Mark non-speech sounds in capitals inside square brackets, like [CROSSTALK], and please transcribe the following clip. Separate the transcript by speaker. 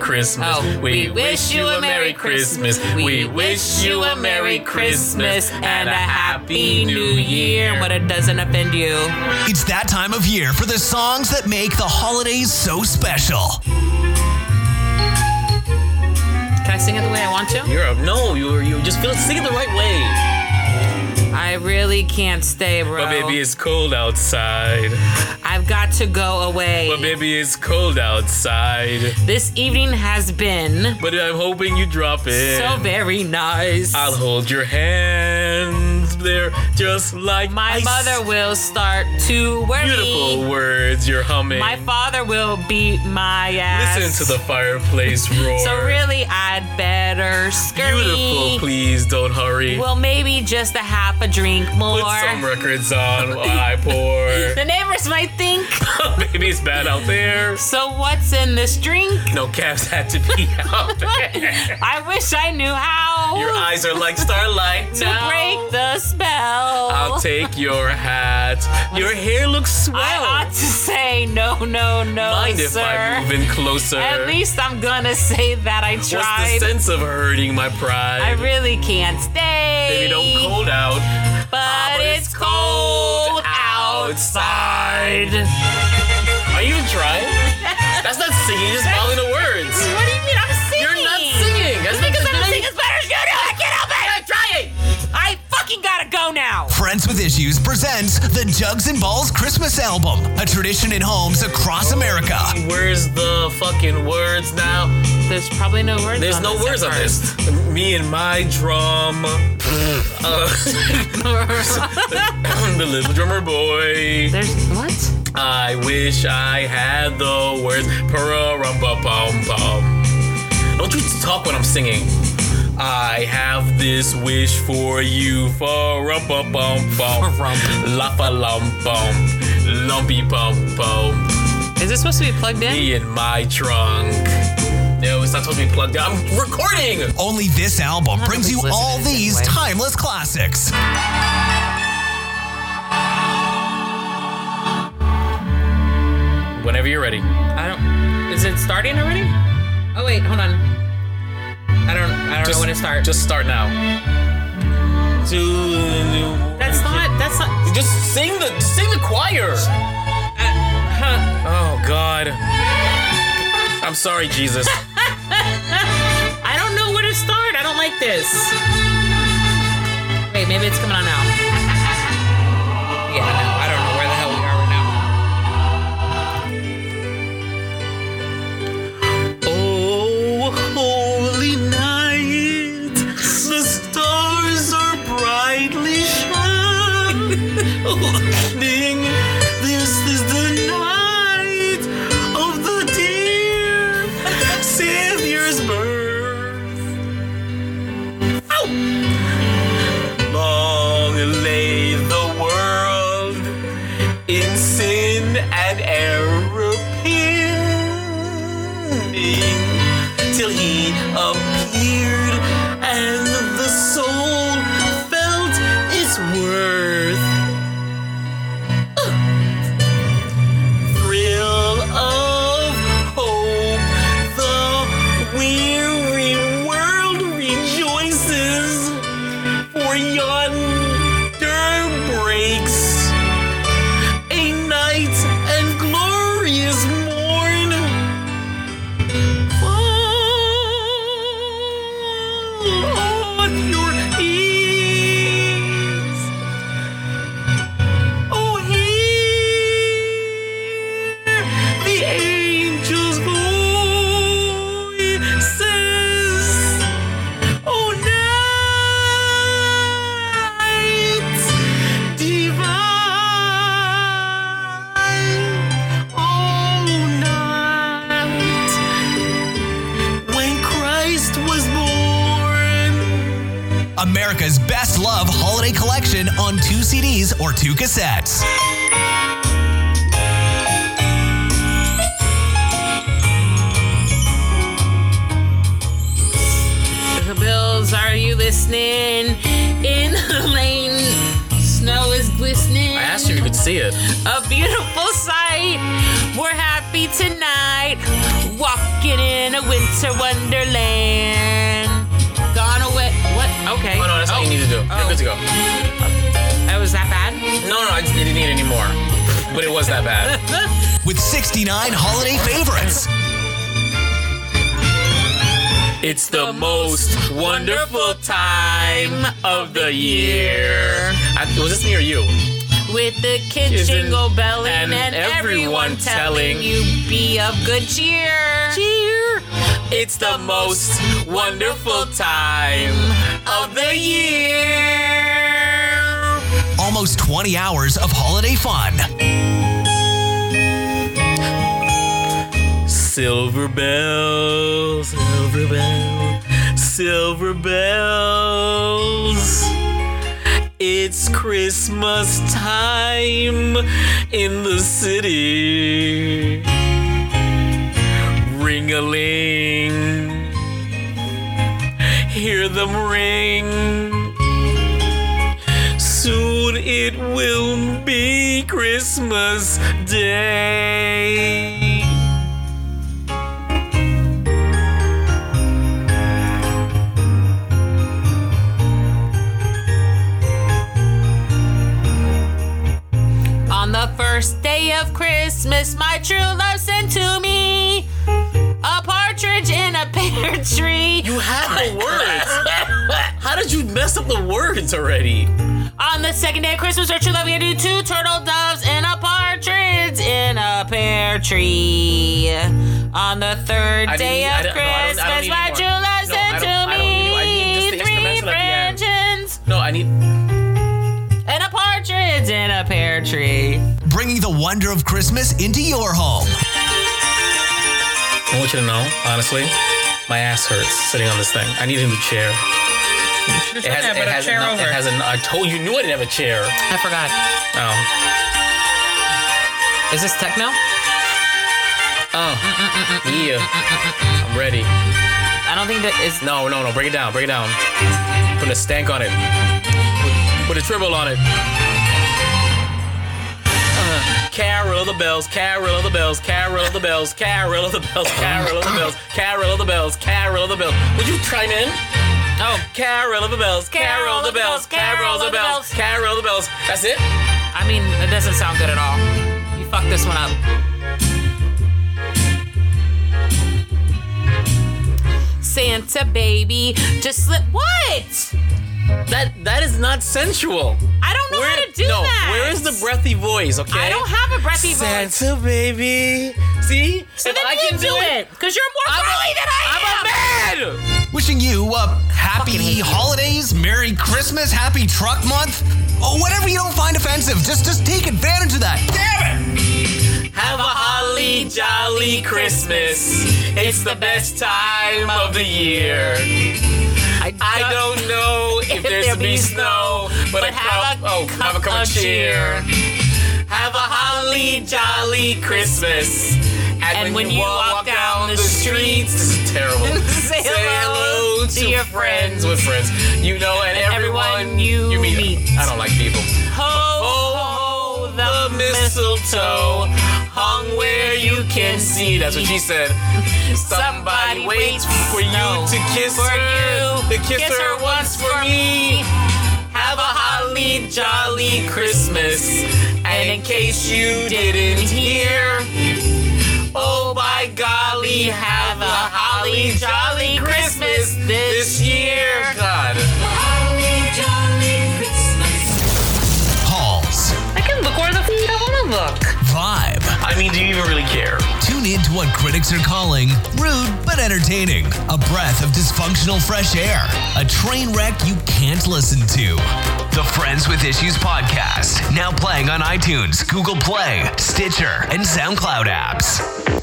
Speaker 1: Christmas.
Speaker 2: Oh,
Speaker 1: we wish you a Merry Christmas. We wish you a Merry Christmas and a Happy New Year.
Speaker 2: But it doesn't offend you.
Speaker 3: It's that time of year for the songs that make the holidays so special.
Speaker 2: Can I sing it the way I want to?
Speaker 1: You're a, no, you you just feel sing it the right way.
Speaker 2: I really can't stay, bro.
Speaker 1: But baby, it's cold outside.
Speaker 2: I've got to go away.
Speaker 1: But baby, it's cold outside.
Speaker 2: this evening has been
Speaker 1: But I'm hoping you drop in.
Speaker 2: so very nice.
Speaker 1: I'll hold your hands. They're just like
Speaker 2: My
Speaker 1: ice.
Speaker 2: mother will start to worry.
Speaker 1: Beautiful words you're humming.
Speaker 2: My father will beat my ass.
Speaker 1: Listen to the [LAUGHS] fireplace roar.
Speaker 2: So really, I'd better scurry.
Speaker 1: Beautiful, please don't hurry.
Speaker 2: Well, maybe just a half a drink more.
Speaker 1: Put some
Speaker 2: [LAUGHS]
Speaker 1: records on while I pour.
Speaker 2: the neighbors might think.
Speaker 1: [LAUGHS] Maybe it's bad out there.
Speaker 2: So what's in this
Speaker 1: [LAUGHS]
Speaker 2: drink?
Speaker 1: No caps had to be [LAUGHS] out there.
Speaker 2: I wish I knew how
Speaker 1: Your eyes are like starlight.
Speaker 2: to
Speaker 1: now.
Speaker 2: break the spell.
Speaker 1: I'll take your hat. Your hair looks swell.
Speaker 2: I ought to say no, no, no,
Speaker 1: Mind
Speaker 2: sir.
Speaker 1: if I move in closer?
Speaker 2: At least I'm gonna say that I
Speaker 1: What's the
Speaker 2: tried.
Speaker 1: sense of hurting my pride?
Speaker 2: I really can't stay.
Speaker 1: Baby, don't cold out.
Speaker 2: But it's cold outside.
Speaker 1: Are you even trying? That's not singing, you're just mouthing the words.
Speaker 2: What do you mean I'm singing?
Speaker 1: You're not singing. That's not
Speaker 2: Because
Speaker 1: just
Speaker 2: I'm
Speaker 1: being-
Speaker 2: singing Spanish. You know I can't help it. I'm trying. I fucking gotta go now.
Speaker 3: Friends with Issues presents the Jugs and Balls Christmas Album, a tradition in homes across America.
Speaker 1: Where's the fucking words now?
Speaker 2: There's probably no words.
Speaker 1: There's no words on this. Me and my drum. Uh, the little drummer boy.
Speaker 2: [LAUGHS] There's what?
Speaker 1: I wish I had the words. Pararumpa-pum-pum. Don't you talk when I'm singing. I have this wish for you. Farumpa-pum-pum. Lapa-lum-pum. Lumpy-pum-pum.
Speaker 2: Is this supposed to be plugged in?
Speaker 1: Me and my trunk. No, it's not supposed to be plugged in. I'm recording!
Speaker 3: Only this album brings you
Speaker 2: Nobody's
Speaker 3: all
Speaker 2: listening
Speaker 3: these
Speaker 2: anyway.
Speaker 3: timeless classics.
Speaker 1: Whenever you're ready.
Speaker 2: I don't. Is it starting already? Oh wait, hold on. I don't. I don't know when it starts.
Speaker 1: Just start now.
Speaker 2: That's not. That's not.
Speaker 1: Just sing the just sing the choir.
Speaker 2: Uh, huh.
Speaker 1: Oh God. I'm sorry, Jesus.
Speaker 2: I don't know where to start. I don't like this. Wait, maybe it's coming on now. Yeah, no, I don't know where the hell we are right now.
Speaker 1: oh, holy night, the stars are brightly shining. This is the night of the dear Savior's birth. Ow! Long lay the world in sin and error pining till he appeared and the soul felt its worth. Thrill of hope, the weary world rejoices, for yonder breaks a night and glorious morn. Fall on your ears, oh hear the angels' voices. Oh, night divine. Oh, night when Christ was born.
Speaker 3: America's Best Love Holiday Collection on two CDs or two cassettes.
Speaker 2: Bills, are you listening? In the lane, snow is glistening.
Speaker 1: I asked you if you could see it.
Speaker 2: a beautiful sight. We're happy tonight. walking in a winter wonderland. Gone away. What? Okay.
Speaker 1: Oh no, that's all you need to do. You're good to go.
Speaker 2: Oh, was that bad?
Speaker 1: No, no, I just didn't need any more. But it was that bad.
Speaker 3: with 69 holiday favorites.
Speaker 1: [LAUGHS] It's the most wonderful time of the year. I, was this me or you?
Speaker 2: With the kids
Speaker 1: Isn't-
Speaker 2: jingle belling
Speaker 1: and
Speaker 2: and, everyone,
Speaker 1: everyone telling-
Speaker 2: telling you be of good cheer. Cheer.
Speaker 1: It's the most wonderful time of the year.
Speaker 3: Almost 20 hours of holiday fun.
Speaker 1: Silver bells, silver bells, silver bells. It's Christmas time in the city. Ring a ling. Hear them ring. Soon it will be Christmas Day.
Speaker 2: On the first day of Christmas, my true love sent to me a partridge in a [LAUGHS] pear tree. [LAUGHS]
Speaker 1: You have the words. How did you mess up the words already?
Speaker 2: On the second day of Christmas, our true love gave you two turtle doves and a partridge in a pear tree. On the third
Speaker 1: I
Speaker 2: day
Speaker 1: need- I
Speaker 2: of
Speaker 1: don't- no, I
Speaker 2: Christmas,
Speaker 1: don't- I don't need
Speaker 2: my true
Speaker 1: anymore.
Speaker 2: love
Speaker 1: No, I
Speaker 2: sent
Speaker 1: don't- I
Speaker 2: to
Speaker 1: don't need- I need just
Speaker 2: me
Speaker 1: the
Speaker 2: three
Speaker 1: instrumental at the end.
Speaker 2: branches
Speaker 1: No, I need.
Speaker 2: and a partridge in a pear tree.
Speaker 3: Bringing the wonder of Christmas into your home.
Speaker 1: I want you to know, honestly, my ass hurts sitting on this thing. I need a new chair. It has, it has, no- it has an. I told you, knew I didn't have a chair.
Speaker 2: I forgot.
Speaker 1: Oh,
Speaker 2: Is this techno?
Speaker 1: oh, yeah. I'm ready.
Speaker 2: I don't think that is.
Speaker 1: No, no, no. Break it down. Break it down. Put a stank on it. Put, put a tribble on it. Uh, Carol of the bells, carol of the bells, carol of the bells, carol of the bells, carol of the bells, carol of the bells, carol of the bells. Would you chime in?
Speaker 2: Oh,
Speaker 1: Carol of the bells, carol of the bells, carol of the bells, carol of the bells. That's it?
Speaker 2: I mean, it doesn't sound good at all. You fucked this one up. Santa baby, just slip. What?
Speaker 1: That that is not sensual.
Speaker 2: I don't know how to do
Speaker 1: no,
Speaker 2: that.
Speaker 1: where is the breathy voice? Okay.
Speaker 2: I don't have a breathy voice.
Speaker 1: Santa baby. See?
Speaker 2: So
Speaker 1: if
Speaker 2: then
Speaker 1: I
Speaker 2: you
Speaker 1: can
Speaker 2: do it, because you're more friendly than I
Speaker 1: am a man!
Speaker 3: Wishing you a happy
Speaker 2: Fucking hate you.
Speaker 3: holidays, Merry Christmas, Happy Truck Month. Oh, whatever you don't find offensive, just just take advantage of that. Damn it!
Speaker 1: Have a holly jolly Christmas. It's the best time of the year.
Speaker 2: am.
Speaker 1: I
Speaker 2: [LAUGHS]
Speaker 1: don't know if, there's
Speaker 2: there
Speaker 1: gonna be
Speaker 2: be
Speaker 1: snow, but, I
Speaker 2: but have
Speaker 1: cup,
Speaker 2: a
Speaker 1: oh, have a cup of cheer. Have a holly jolly Christmas. And,
Speaker 2: when you walk down the
Speaker 1: streets, this is terrible.
Speaker 2: [LAUGHS] Say hello to your friends.
Speaker 1: with friends, you know, and,
Speaker 2: everyone you meet.
Speaker 1: I don't like people.
Speaker 2: Ho, ho, the mistletoe
Speaker 1: Oh, hung where you can see. That's what she said. Somebody waits for you
Speaker 2: No.
Speaker 1: to kiss
Speaker 2: For
Speaker 1: her.
Speaker 2: you.
Speaker 1: The kisser once for me. Have a holly jolly Christmas. And in case you didn't hear, oh by golly, have a holly jolly Christmas this year. God.
Speaker 3: Halls,
Speaker 2: I can look where the f- I want to look.
Speaker 3: vibe.
Speaker 1: I mean, do you even really care?
Speaker 3: Tune in to what critics are calling rude but entertaining. A breath of dysfunctional fresh air. A train wreck you can't listen to. The Friends with Issues podcast, now playing on iTunes, Google Play, Stitcher, and SoundCloud apps.